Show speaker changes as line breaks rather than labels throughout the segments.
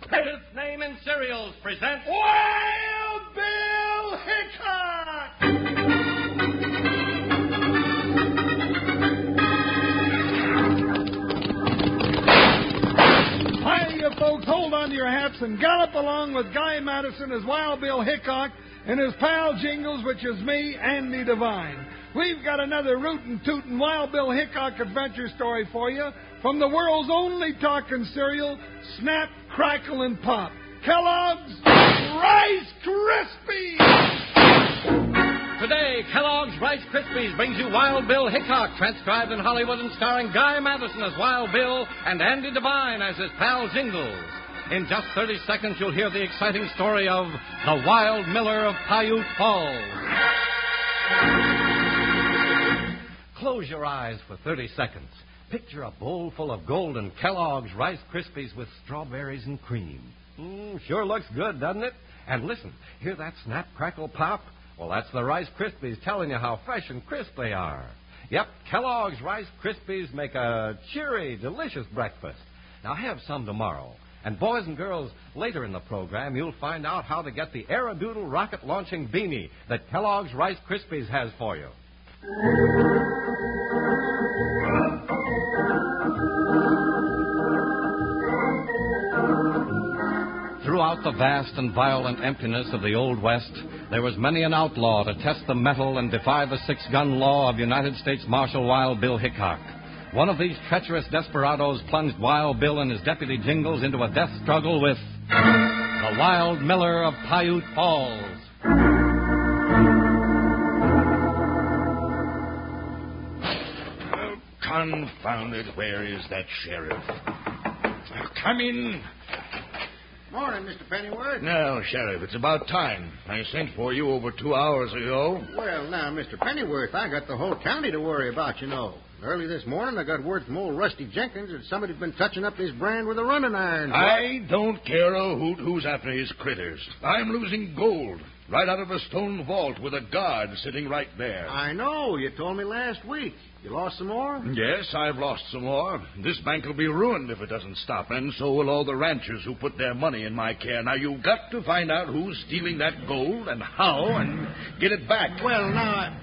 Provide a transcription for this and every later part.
Fifth Name in Serials presents
Wild Bill Hickok! Hi, you folks. Hold on to your hats and gallop along with Guy Madison as Wild Bill Hickok and his pal Jingles, which is me, Andy Devine. We've got another rootin' tootin' Wild Bill Hickok adventure story for you from the world's only talking cereal, Snap, Crackle, and Pop. Kellogg's Rice Krispies!
today Kellogg's Rice Krispies brings you Wild Bill Hickok, transcribed in Hollywood and starring Guy Madison as Wild Bill and Andy Devine as his pal Jingles. In just 30 seconds, you'll hear the exciting story of The Wild Miller of Paiute Falls. Close your eyes for 30 seconds. Picture a bowl full of golden Kellogg's Rice Krispies with strawberries and cream. Mm, sure looks good, doesn't it? And listen, hear that snap, crackle, pop? Well, that's the Rice Krispies telling you how fresh and crisp they are. Yep, Kellogg's Rice Krispies make a cheery, delicious breakfast. Now have some tomorrow. And boys and girls, later in the program, you'll find out how to get the Aerodoodle rocket launching beanie that Kellogg's Rice Krispies has for you. Throughout the vast and violent emptiness of the Old West, there was many an outlaw to test the metal and defy the six gun law of United States Marshal Wild Bill Hickok. One of these treacherous desperadoes plunged Wild Bill and his deputy Jingles into a death struggle with the Wild Miller of Paiute Falls.
Oh, confound it, where is that sheriff? Oh, Come in.
Morning, Mr. Pennyworth.
Now, Sheriff, it's about time. I sent for you over two hours ago.
Well, now, Mr. Pennyworth, I got the whole county to worry about, you know. Early this morning, I got word from old Rusty Jenkins that somebody's been touching up his brand with a running iron.
I don't care a hoot who's after his critters. I'm losing gold right out of a stone vault with a guard sitting right there.
I know. You told me last week. You lost some more?
Yes, I've lost some more. This bank will be ruined if it doesn't stop, and so will all the ranchers who put their money in my care. Now, you've got to find out who's stealing that gold and how and get it back.
Well, now, I...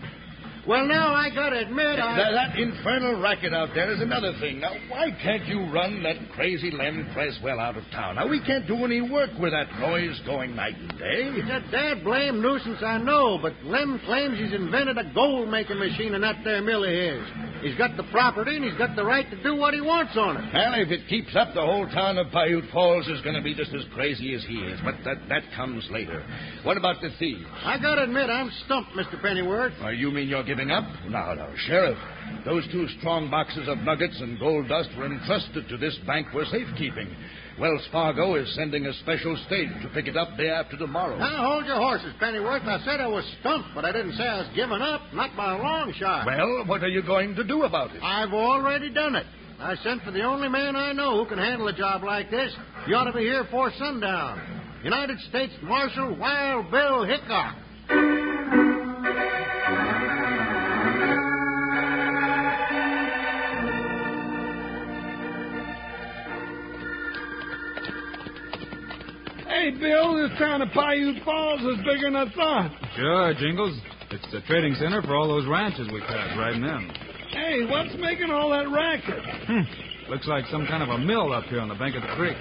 Well, now, I gotta admit, I...
That, that infernal racket out there is another thing. Now, why can't you run that crazy Lem Creswell out of town? Now, we can't do any work with that noise going night and
It's
day.
a dad blame nuisance, I know, but Lem claims he's invented a gold making machine in that there mill of his. He's got the property and he's got the right to do what he wants on it.
Well, if it keeps up, the whole town of Paiute Falls is going to be just as crazy as he is. But that, that comes later. What about the thieves?
I gotta admit, I'm stumped, Mr. Pennyworth.
Uh, you mean you're giving up? No, no, Sheriff. Those two strong boxes of nuggets and gold dust were entrusted to this bank for safekeeping. Wells Fargo is sending a special stage to pick it up day after tomorrow.
Now, hold your horses, Pennyworth. I said I was stumped, but I didn't say I was giving up. Not by a long shot.
Well, what are you going to do about it?
I've already done it. I sent for the only man I know who can handle a job like this. You ought to be here before sundown. United States Marshal Wild Bill Hickok.
Hey, Bill, this town of Paiute Falls is bigger than I thought.
Sure, Jingles. It's the trading center for all those ranches we pass right now.
Hey, what's making all that racket?
Hmm. Looks like some kind of a mill up here on the bank of the creek.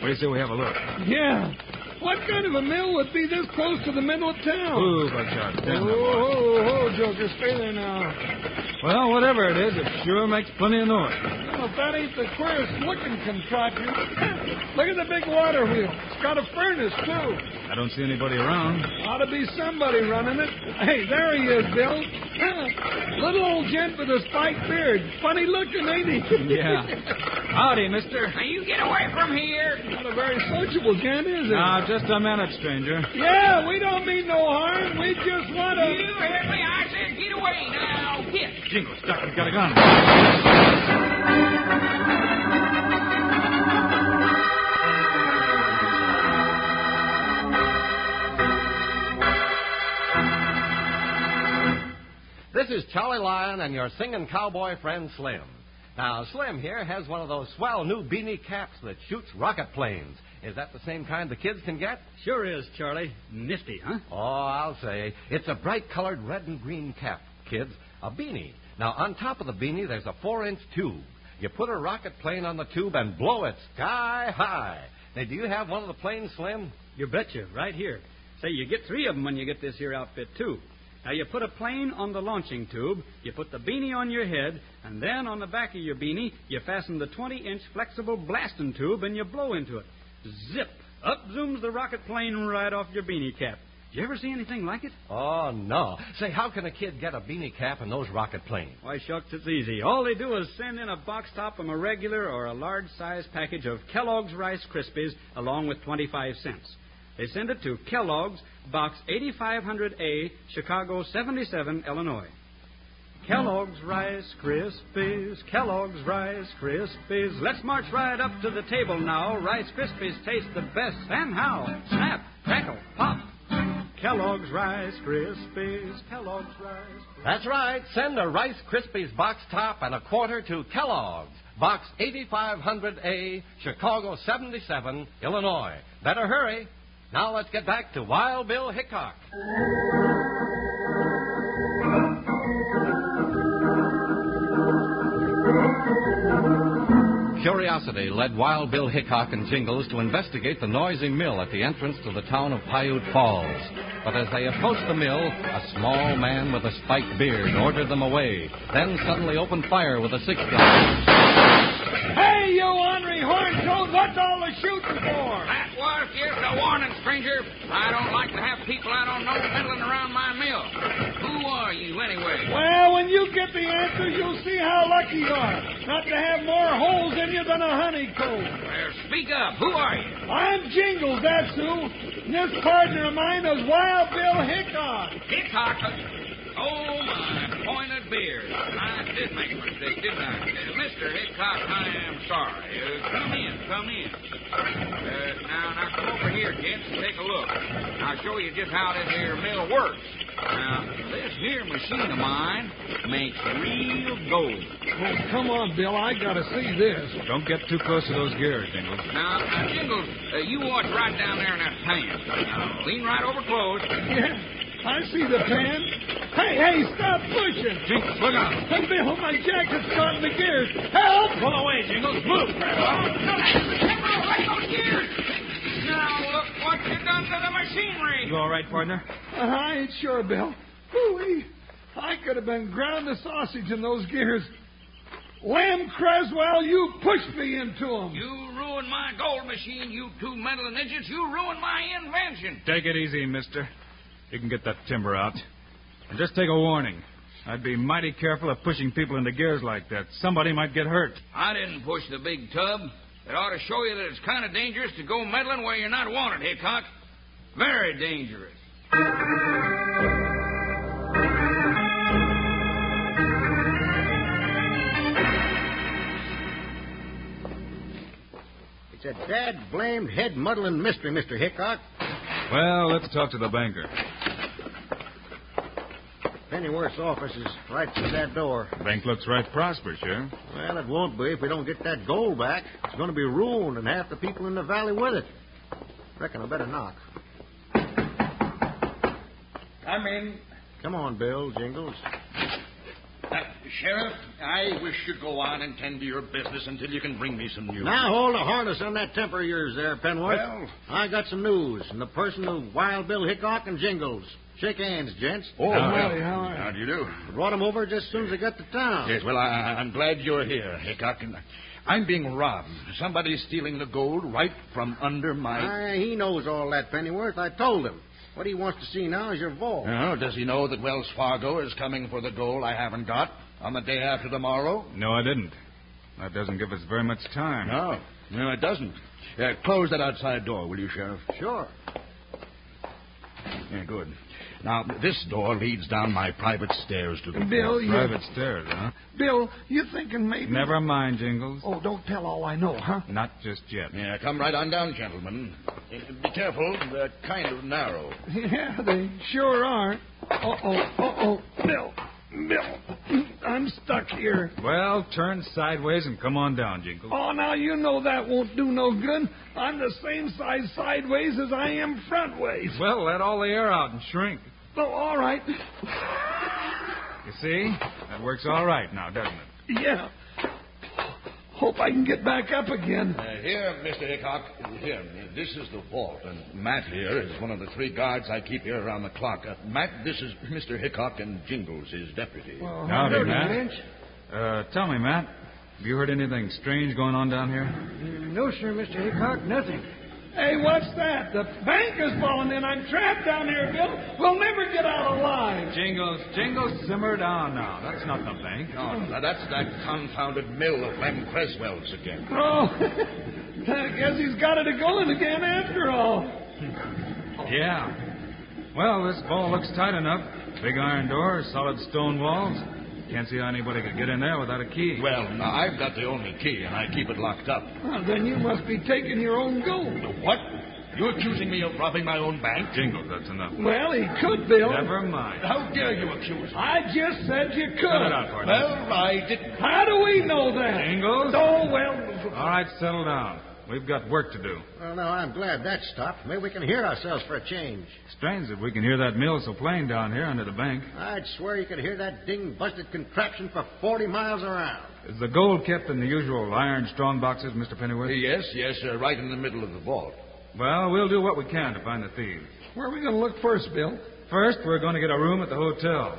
What do you say we have a look?
Yeah. What kind of a mill would be this close to the middle of town?
Ooh, but
Oh,
you're damn it.
oh, oh, Joker, stay there now.
Well, whatever it is, it sure makes plenty of noise.
Well, if that ain't the queerest looking contraption. Look at the big water wheel. It's got a furnace, too.
I don't see anybody around.
Ought to be somebody running it. Hey, there he is, Bill. Little old gent with a spiked beard. Funny looking, ain't he?
Yeah. Howdy, mister.
You get away from here.
Not a very sociable gent, is he?
Now, just a minute, stranger.
Yeah, we don't mean no harm. We just want
You
to.
heard me. I said get away now. Get.
Jingles, duck, I've got a gun.
This is Charlie Lyon and your singing cowboy friend Slim. Now, Slim here has one of those swell new beanie caps that shoots rocket planes. Is that the same kind the kids can get?
Sure is, Charlie. Nifty, huh?
Oh, I'll say. It's a bright colored red and green cap, kids. A beanie. Now, on top of the beanie, there's a four inch tube. You put a rocket plane on the tube and blow it sky high. Now, do you have one of the planes, Slim?
You betcha, right here. Say, you get three of them when you get this here outfit, too. Now, you put a plane on the launching tube, you put the beanie on your head, and then on the back of your beanie, you fasten the 20 inch flexible blasting tube and you blow into it. Zip! Up zooms the rocket plane right off your beanie cap. Did you ever see anything like it?
Oh, no. Say, how can a kid get a beanie cap and those rocket planes?
Why, shucks, it's easy. All they do is send in a box top from a regular or a large size package of Kellogg's Rice Krispies along with 25 cents. They send it to Kellogg's, Box 8500A, Chicago 77, Illinois. Kellogg's Rice Krispies, Kellogg's Rice Krispies. Let's march right up to the table now. Rice Krispies taste the best. And how? Snap, crackle, pop. Kellogg's Rice Krispies, Kellogg's Rice
That's right. Send a Rice Krispies box top and a quarter to Kellogg's, Box 8500A, Chicago 77, Illinois. Better hurry. Now let's get back to Wild Bill Hickok. Curiosity led Wild Bill Hickok and Jingles to investigate the noisy mill at the entrance to the town of Piute Falls. But as they approached the mill, a small man with a spiked beard ordered them away, then suddenly opened fire with a six gun.
Hey, you ornery horn toad, what's all the shooting for?
That was just a warning, stranger. I don't like to have people I don't know meddling around my mill. Who are you, anyway?
Well, when you get the answer, you'll see how lucky you are. Not to have more holes in you than a honeycomb.
Well, speak up. Who are you?
I'm Jingles, that's who. And this partner of mine is Wild Bill Hickok.
Hickok. Oh, my pointed beard. I did make a mistake, didn't I? Uh, Mr. Hickok, I am sorry. Uh, come in, come in. Uh, now, now, come over here, gents, and take a look. I'll show you just how this here mill works. Now, this here machine of mine makes real gold.
Oh, come on, Bill, I gotta see this.
Don't get too close to those gears, Jingles.
Now, now Jingles, uh, you watch right down there in that pan. Now, lean right over close.
Yeah, I see the pan. Hey, hey, stop pushing.
Jingles, look out.
Hey, Bill, my jacket's caught in the gears. Help!
Pull away, Jingles. Move. Now look what you done to the machinery.
You all right, partner?
I ain't Uh-huh, sure, Bill. Hooey. I could have been ground to sausage in those gears. Lamb Creswell, you pushed me into 'em.
You ruined my gold machine, you two meddling idiots. You ruined my invention.
Take it easy, mister. You can get that timber out. And just take a warning. I'd be mighty careful of pushing people into gears like that. Somebody might get hurt.
I didn't push the big tub. It ought to show you that it's kind of dangerous to go meddling where you're not wanted, Hickok. Very dangerous.
It's a dad blamed head muddling mystery, Mr. Hickok.
Well, let's talk to the banker.
Pennyworth's office is right through that door.
Bank looks right prosperous, Sheriff.
Well, it won't be if we don't get that gold back. It's going to be ruined and half the people in the valley with it. Reckon I better knock.
Come in.
Come on, Bill, Jingles.
Uh, Sheriff, I wish you'd go on and tend to your business until you can bring me some news.
Now hold the harness on that temper of yours there, Penworth.
Well-
I got some news in the person of Wild Bill Hickok and Jingles. Shake hands, gents.
Oh,
How
well.
are you? How are you?
How do you do?
Brought 'em over just as soon as I got to town.
Yes, well, I, I'm glad you're here, Hickok. And I'm being robbed. Somebody's stealing the gold right from under my.
Ah, he knows all that, Pennyworth. I told him. What he wants to see now is your vault.
Oh, does he know that Wells Fargo is coming for the gold I haven't got on the day after tomorrow?
No, I didn't. That doesn't give us very much time.
No, no, it doesn't. Uh, close that outside door, will you, Sheriff?
Sure.
Yeah, good. Now, this door leads down my private stairs to the.
Bill, you,
Private stairs, huh?
Bill, you thinking maybe?
Never mind, Jingles.
Oh, don't tell all I know, huh?
Not just yet.
Yeah, come right on down, gentlemen. Uh, Be careful, they're kind of narrow.
Yeah, they sure are. Uh oh, uh oh, Bill, Bill. I'm stuck here.
Well, turn sideways and come on down, Jingle.
Oh, now you know that won't do no good. I'm the same size sideways as I am frontways.
Well, let all the air out and shrink.
Oh, all right.
You see? That works all right now, doesn't it?
Yeah. Hope I can get back up again.
Uh, here, Mr. Hickok. Here, this is the vault, and Matt here is one of the three guards I keep here around the clock. Uh, Matt, this is Mr. Hickok, and Jingles, his deputy.
Well,
Howdy,
hello,
Matt.
Lynch.
Uh, tell me, Matt, have you heard anything strange going on down here?
No, sir, Mr. Hickok, nothing.
Hey, what's that? The bank is falling in. I'm trapped down here, Bill. We'll never get out alive.
Jingles, Jingles, simmer down now. That's not the bank.
Oh, now that's that confounded mill of Lem Creswell's again.
Oh, I guess he's got it a going again after all.
Yeah. Well, this ball looks tight enough. Big iron door, solid stone walls. Can't see how anybody could get in there without a key.
Well, now, I've got the only key, and I keep it locked up.
Well, then you must be taking your own gold.
What? You're accusing me of robbing my own bank?
Jingles, that's enough.
Well, he could, Bill.
Never mind.
How dare you accuse me?
I just said you
Cut it out,
could.
partner.
Well, I didn't.
How do we know that?
Jingles?
Oh, well,
All right, settle down. We've got work to do.
Well, no, I'm glad that stopped. Maybe we can hear ourselves for a change.
Strange that we can hear that mill so plain down here under the bank.
I'd swear you could hear that ding-busted contraption for 40 miles around.
Is the gold kept in the usual iron strong boxes, Mr. Pennyworth?
Yes, yes, uh, right in the middle of the vault.
Well, we'll do what we can to find the thieves.
where are we going to look first, Bill?
First, we're going to get a room at the hotel.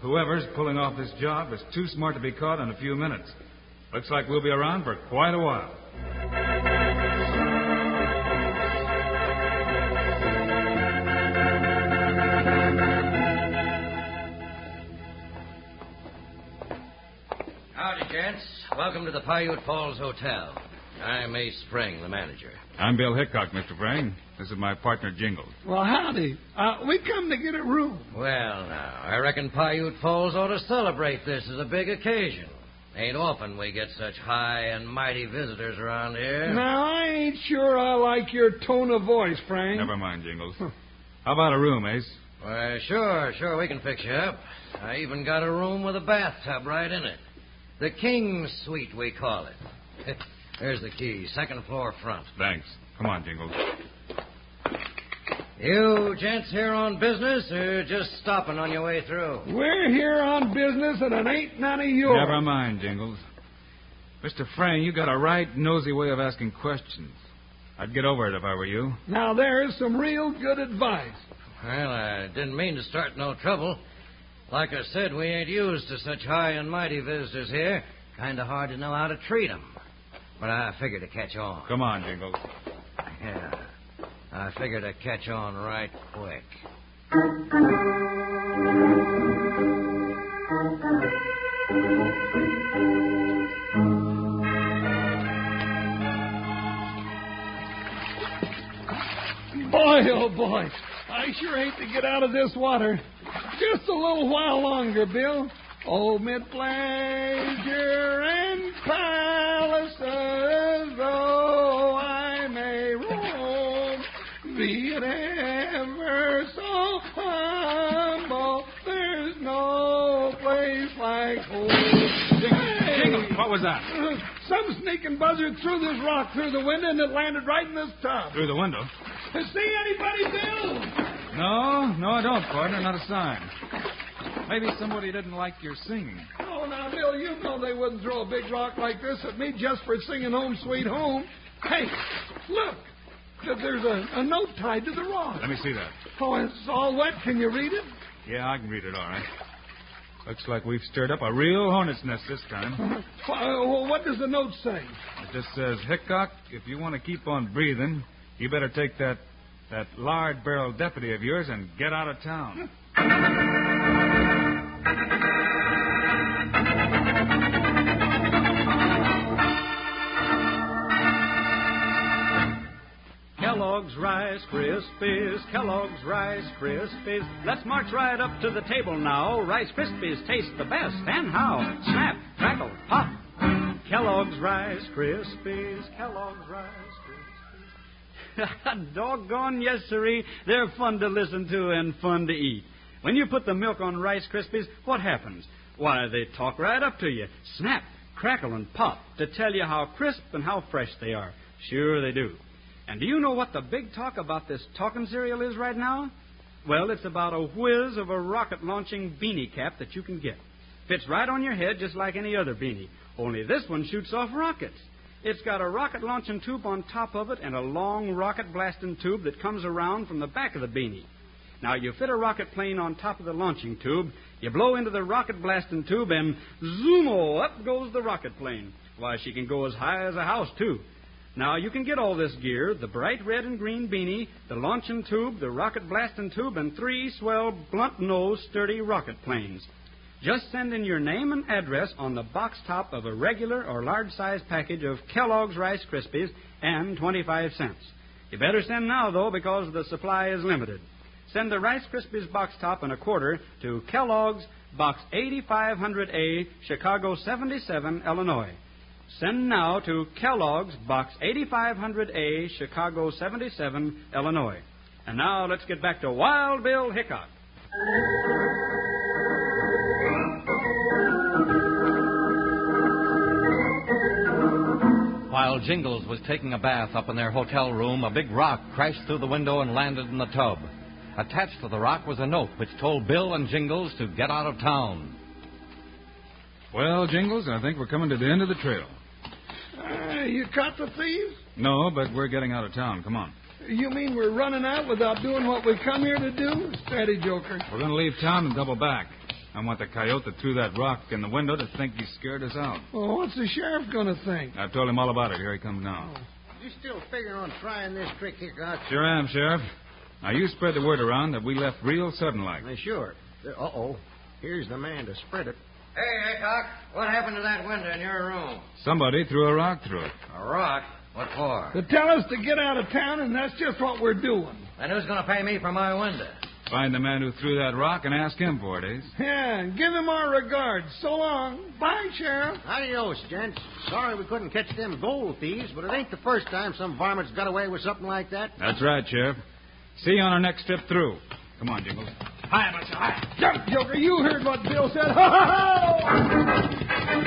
Whoever's pulling off this job is too smart to be caught in a few minutes. Looks like we'll be around for quite a while.
Howdy, gents. Welcome to the Paiute Falls Hotel. I'm Ace Spring, the manager.
I'm Bill Hickok, Mr. Frank. This is my partner, Jingles.
Well, howdy. Uh, we come to get a room.
Well, now, I reckon Paiute Falls ought to celebrate this as a big occasion. Ain't often we get such high and mighty visitors around here.
Now, I ain't sure I like your tone of voice, Frank.
Never mind, Jingles. How about a room, Ace?
Why, sure, sure, we can fix you up. I even got a room with a bathtub right in it. The King's Suite, we call it. There's the key, second floor front.
Thanks. Come on, Jingles.
You gents here on business or just stopping on your way through?
We're here on business, and it ain't none of yours.
Never mind, Jingles. Mr. Frank, you got a right nosy way of asking questions. I'd get over it if I were you.
Now, there's some real good advice.
Well, I didn't mean to start no trouble. Like I said, we ain't used to such high and mighty visitors here. Kind of hard to know how to treat 'em. But I figured to catch on.
Come on, Jingles.
Yeah. I figured to catch on right quick.
Boy, oh boy, I sure hate to get out of this water. Just a little while longer, Bill. Oh, mid pleasure and palaces, though I may roam, be it ever so humble, there's no place like home. Hey!
Jingles, what was that?
Uh, Some sneaking buzzard threw this rock through the window and it landed right in this tub.
Through the window.
See anybody, Bill?
No, no, I don't, partner. Not a sign. Maybe somebody didn't like your singing.
Oh, now, Bill, you know they wouldn't throw a big rock like this at me just for singing Home Sweet Home. Hey, look. th- There's a, a note tied to the rock.
Let me see that.
Oh, it's all wet. Can you read it?
Yeah, I can read it all right. Looks like we've stirred up a real hornet's nest this time.
Why, oh, what does the note say?
It just says, Hickok, if you want to keep on breathing, you better take that that lard barrel deputy of yours and get out of town.
Kellogg's Rice Krispies, Kellogg's Rice Krispies. Let's march right up to the table now. Rice Krispies taste the best, and how? Snap, crackle, pop. Kellogg's Rice Krispies, Kellogg's Rice Krispies. Doggone yes, siree. They're fun to listen to and fun to eat. When you put the milk on Rice Krispies, what happens? Why, they talk right up to you, snap, crackle, and pop, to tell you how crisp and how fresh they are. Sure they do. And do you know what the big talk about this talking cereal is right now? Well, it's about a whiz of a rocket launching beanie cap that you can get. Fits right on your head just like any other beanie, only this one shoots off rockets. It's got a rocket launching tube on top of it and a long rocket blasting tube that comes around from the back of the beanie. Now, you fit a rocket plane on top of the launching tube, you blow into the rocket blasting tube, and zoomo, up goes the rocket plane. Why, she can go as high as a house, too. Now, you can get all this gear the bright red and green beanie, the launching tube, the rocket blasting tube, and three swell, blunt nosed, sturdy rocket planes. Just send in your name and address on the box top of a regular or large size package of Kellogg's Rice Krispies and 25 cents. You better send now, though, because the supply is limited. Send the Rice Krispies box top and a quarter to Kellogg's, Box 8500A, Chicago 77, Illinois. Send now to Kellogg's, Box 8500A, Chicago 77, Illinois. And now let's get back to Wild Bill Hickok.
While Jingles was taking a bath up in their hotel room, a big rock crashed through the window and landed in the tub. Attached to the rock was a note which told Bill and Jingles to get out of town.
Well, Jingles, I think we're coming to the end of the trail.
Uh, you caught the thieves?
No, but we're getting out of town. Come on.
You mean we're running out without doing what we come here to do? Steady, Joker.
We're going to leave town and double back. I want the coyote that threw that rock in the window to think he scared us out.
Well, what's the sheriff going to think?
I've told him all about it. Here he comes now.
You still figuring on trying this trick, Hickok?
Sure am, Sheriff. Now, you spread the word around that we left real sudden like.
Now, sure. Uh oh. Here's the man to spread it.
Hey, Hickok, what happened to that window in your room?
Somebody threw a rock through it.
A rock? What for?
To tell us to get out of town, and that's just what we're doing.
And who's going to pay me for my window?
Find the man who threw that rock and ask him for it, eh? Ace.
Yeah, and give him our regards. So long. Bye, Sheriff.
Adios, gents. Sorry we couldn't catch them gold thieves, but it ain't the first time some varmints got away with something like that.
That's right, Sheriff. See you on our next trip through. Come on, Jingles.
Hi, much Jump, Joker. You heard what Bill said. Ho, ho, ho!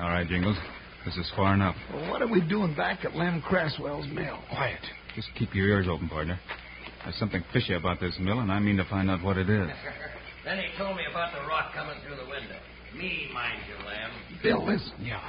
All right, Jingles. This is far enough.
Well, what are we doing back at Lem Craswell's mill?
Quiet. Just keep your ears open, partner. There's something fishy about this mill, and I mean to find out what it is.
Then he told me about the rock coming through the window. Me, mind you, Lamb.
Bill, listen.
Yeah.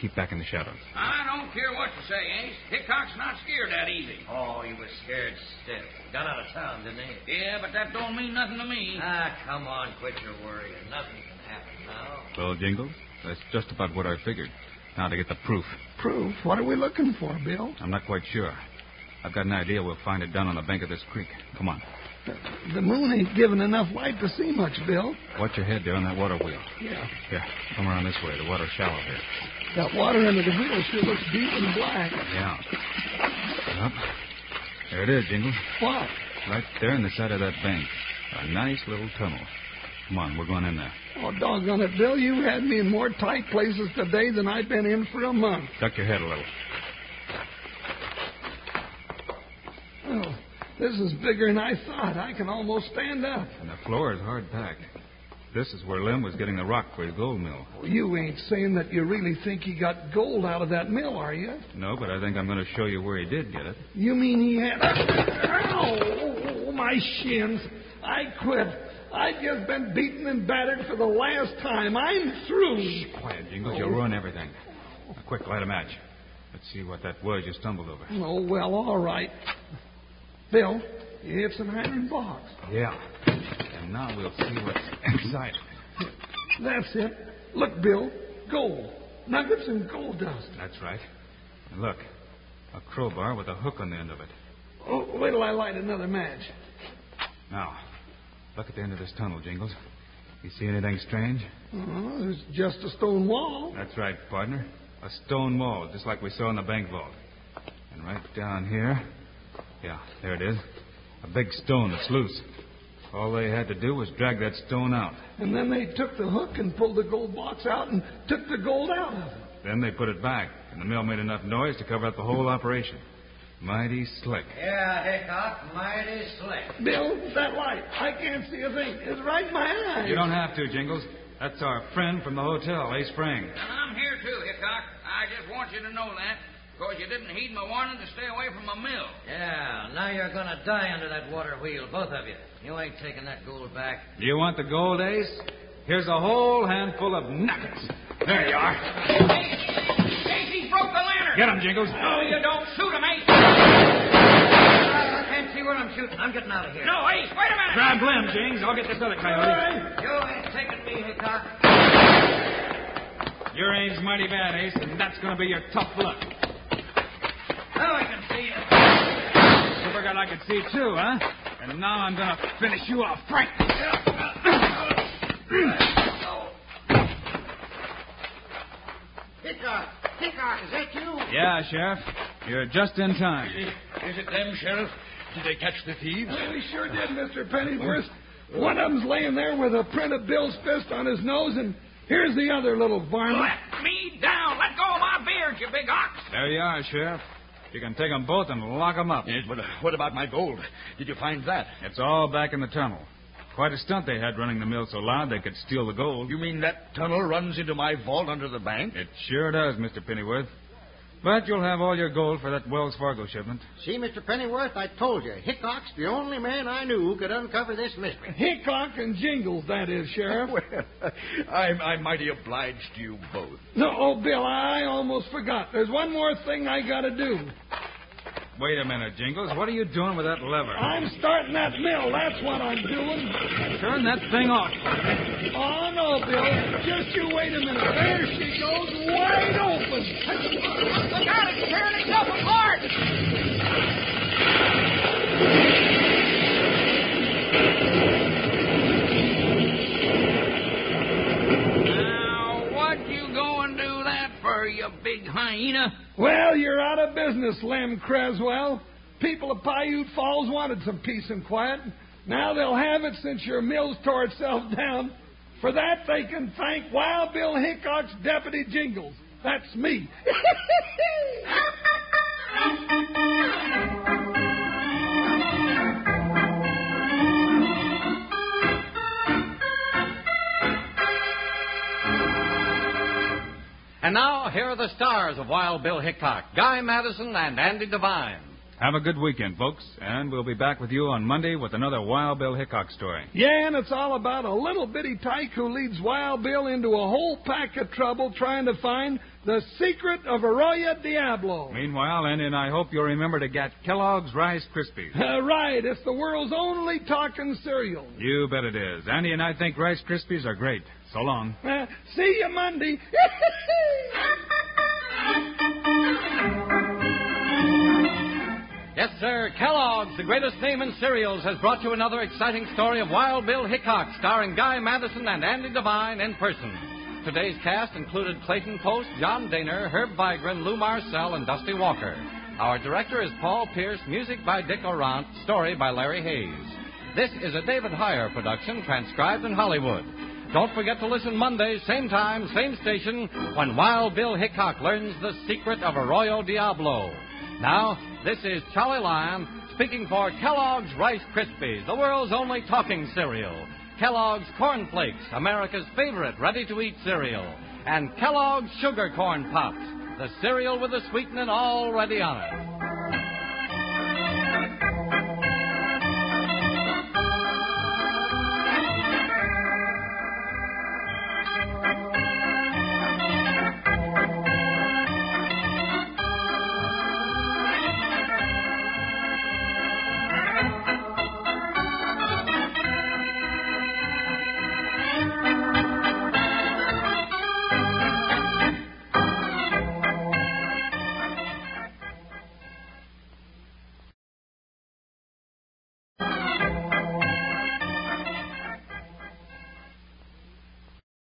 Keep back in the shadows.
I don't care what you say, Ace. Hickok's not scared that easy.
Oh, he was scared stiff. Got out of town, didn't he?
Yeah, but that don't mean nothing to me.
Ah, come on, quit your worrying. Nothing can happen now.
Well, Jingles, that's just about what I figured. Now to get the proof.
Proof. What are we looking for, Bill?
I'm not quite sure. I've got an idea we'll find it down on the bank of this creek. Come on.
The moon ain't giving enough light to see much, Bill.
Watch your head there on that water wheel.
Yeah.
Here, come around this way. The water's shallow here.
That water under the wheel sure looks deep and black.
Yeah. Yep. There it is, Jingle.
What?
Right there in the side of that bank. A nice little tunnel. Come on, we're going in there.
Oh, doggone it, Bill. You had me in more tight places today than I've been in for a month.
Duck your head a little.
Oh, this is bigger than I thought. I can almost stand up.
And the floor is hard packed. This is where Lem was getting the rock for his gold mill.
You ain't saying that you really think he got gold out of that mill, are you?
No, but I think I'm going to show you where he did get it.
You mean he had. Ow! Oh, My shins. I quit. I've just been beaten and battered for the last time. I'm through.
Quiet, Jingles. You'll ruin everything. Now, quick, light a match. Let's see what that was you stumbled over.
Oh, well, all right. Bill, it's an iron box.
Yeah. And now we'll see what's inside.
That's it. Look, Bill, gold. Nuggets and gold dust.
That's right. And look, a crowbar with a hook on the end of it.
Oh, wait till I light another match.
Now, look at the end of this tunnel, Jingles. You see anything strange?
Oh, it's just a stone wall.
That's right, partner. A stone wall, just like we saw in the bank vault. And right down here. Yeah, there it is. A big stone that's loose. All they had to do was drag that stone out.
And then they took the hook and pulled the gold box out and took the gold out of it.
Then they put it back and the mill made enough noise to cover up the whole operation. Mighty slick.
Yeah, Hickok, mighty slick.
Bill, that light. I can't see a thing. It's right in my eyes.
You don't have to, Jingles. That's our friend from the hotel, Ace Spring.
And I'm here too, Hickok. I just want you to know that, because you didn't heed my warning to stay away from my mill.
Yeah, now you're gonna die under that water wheel, both of you. You ain't taking that gold back.
Do you want the gold, Ace? Here's a whole handful of nuggets. There you are.
Casey broke the lantern.
Get 'em, Jingles.
No, you don't shoot him, eh? Ace.
I can't see what I'm shooting. I'm getting out of here.
No, Ace, wait a minute.
Grab Lem, Jings. I'll get this other coyote.
You ain't taking me, Hickok.
Your aim's mighty bad, Ace, and that's going to be your tough luck.
Now I can see you.
Supergut I could see, too, huh? And now I'm going to finish you off, Frank.
Hickok! Hickok, is that you?
Yeah, Sheriff. You're just in time.
Is it them, Sheriff? Did they catch the thieves?
We sure did, Mr. Pennyworth. One of them's laying there with a print of Bill's fist on his nose, and here's the other little varmint.
Let me down. Let go of my beard, you big ox.
There you are, Sheriff. You can take 'em both and lock 'em up.
Yes, but uh, what about my gold? Did you find that?
It's all back in the tunnel. Quite a stunt they had running the mill so loud they could steal the gold.
You mean that tunnel runs into my vault under the bank?
It sure does, Mr. Pennyworth. But you'll have all your gold for that Wells Fargo shipment.
See, Mr. Pennyworth, I told you, Hickok's the only man I knew who could uncover this mystery.
Hickok and Jingles, that is, Sheriff.
Well, I'm, I'm mighty obliged to you both.
No, oh, Bill, I almost forgot. There's one more thing I gotta do.
Wait a minute, Jingles. What are you doing with that lever?
I'm starting that mill. That's what I'm doing.
Turn that thing off.
Oh, no, Bill. Just you wait a minute. There she goes, wide open.
Look out, it's tearing itself apart. Now, what you going to do that for, you big hyena?
Well, you're out of business, Lem Creswell. People of Paiute Falls wanted some peace and quiet. Now they'll have it since your mill's tore itself down. For that, they can thank Wild Bill Hickok's deputy Jingles. That's me.
And now, here are the stars of Wild Bill Hickok Guy Madison and Andy Devine.
Have a good weekend, folks, and we'll be back with you on Monday with another Wild Bill Hickok story.
Yeah, and it's all about a little bitty tyke who leads Wild Bill into a whole pack of trouble trying to find the secret of Arroyo Diablo.
Meanwhile, Andy and I hope you'll remember to get Kellogg's Rice Krispies.
Uh, right, it's the world's only talking cereal.
You bet it is. Andy and I think Rice Krispies are great. So long.
Uh, see you Monday.
Yes, sir. Kellogg's, the greatest name in cereals, has brought you another exciting story of Wild Bill Hickok, starring Guy Madison and Andy Devine in person. Today's cast included Clayton Post, John Daner, Herb Vigran, Lou Marcel, and Dusty Walker. Our director is Paul Pierce, music by Dick Orant, story by Larry Hayes. This is a David Heyer production, transcribed in Hollywood. Don't forget to listen Monday, same time, same station, when Wild Bill Hickok learns the secret of Arroyo Diablo. Now, this is Charlie Lyon speaking for Kellogg's Rice Krispies, the world's only talking cereal. Kellogg's Corn Flakes, America's favorite ready to eat cereal. And Kellogg's Sugar Corn Pops, the cereal with the sweetening already on it.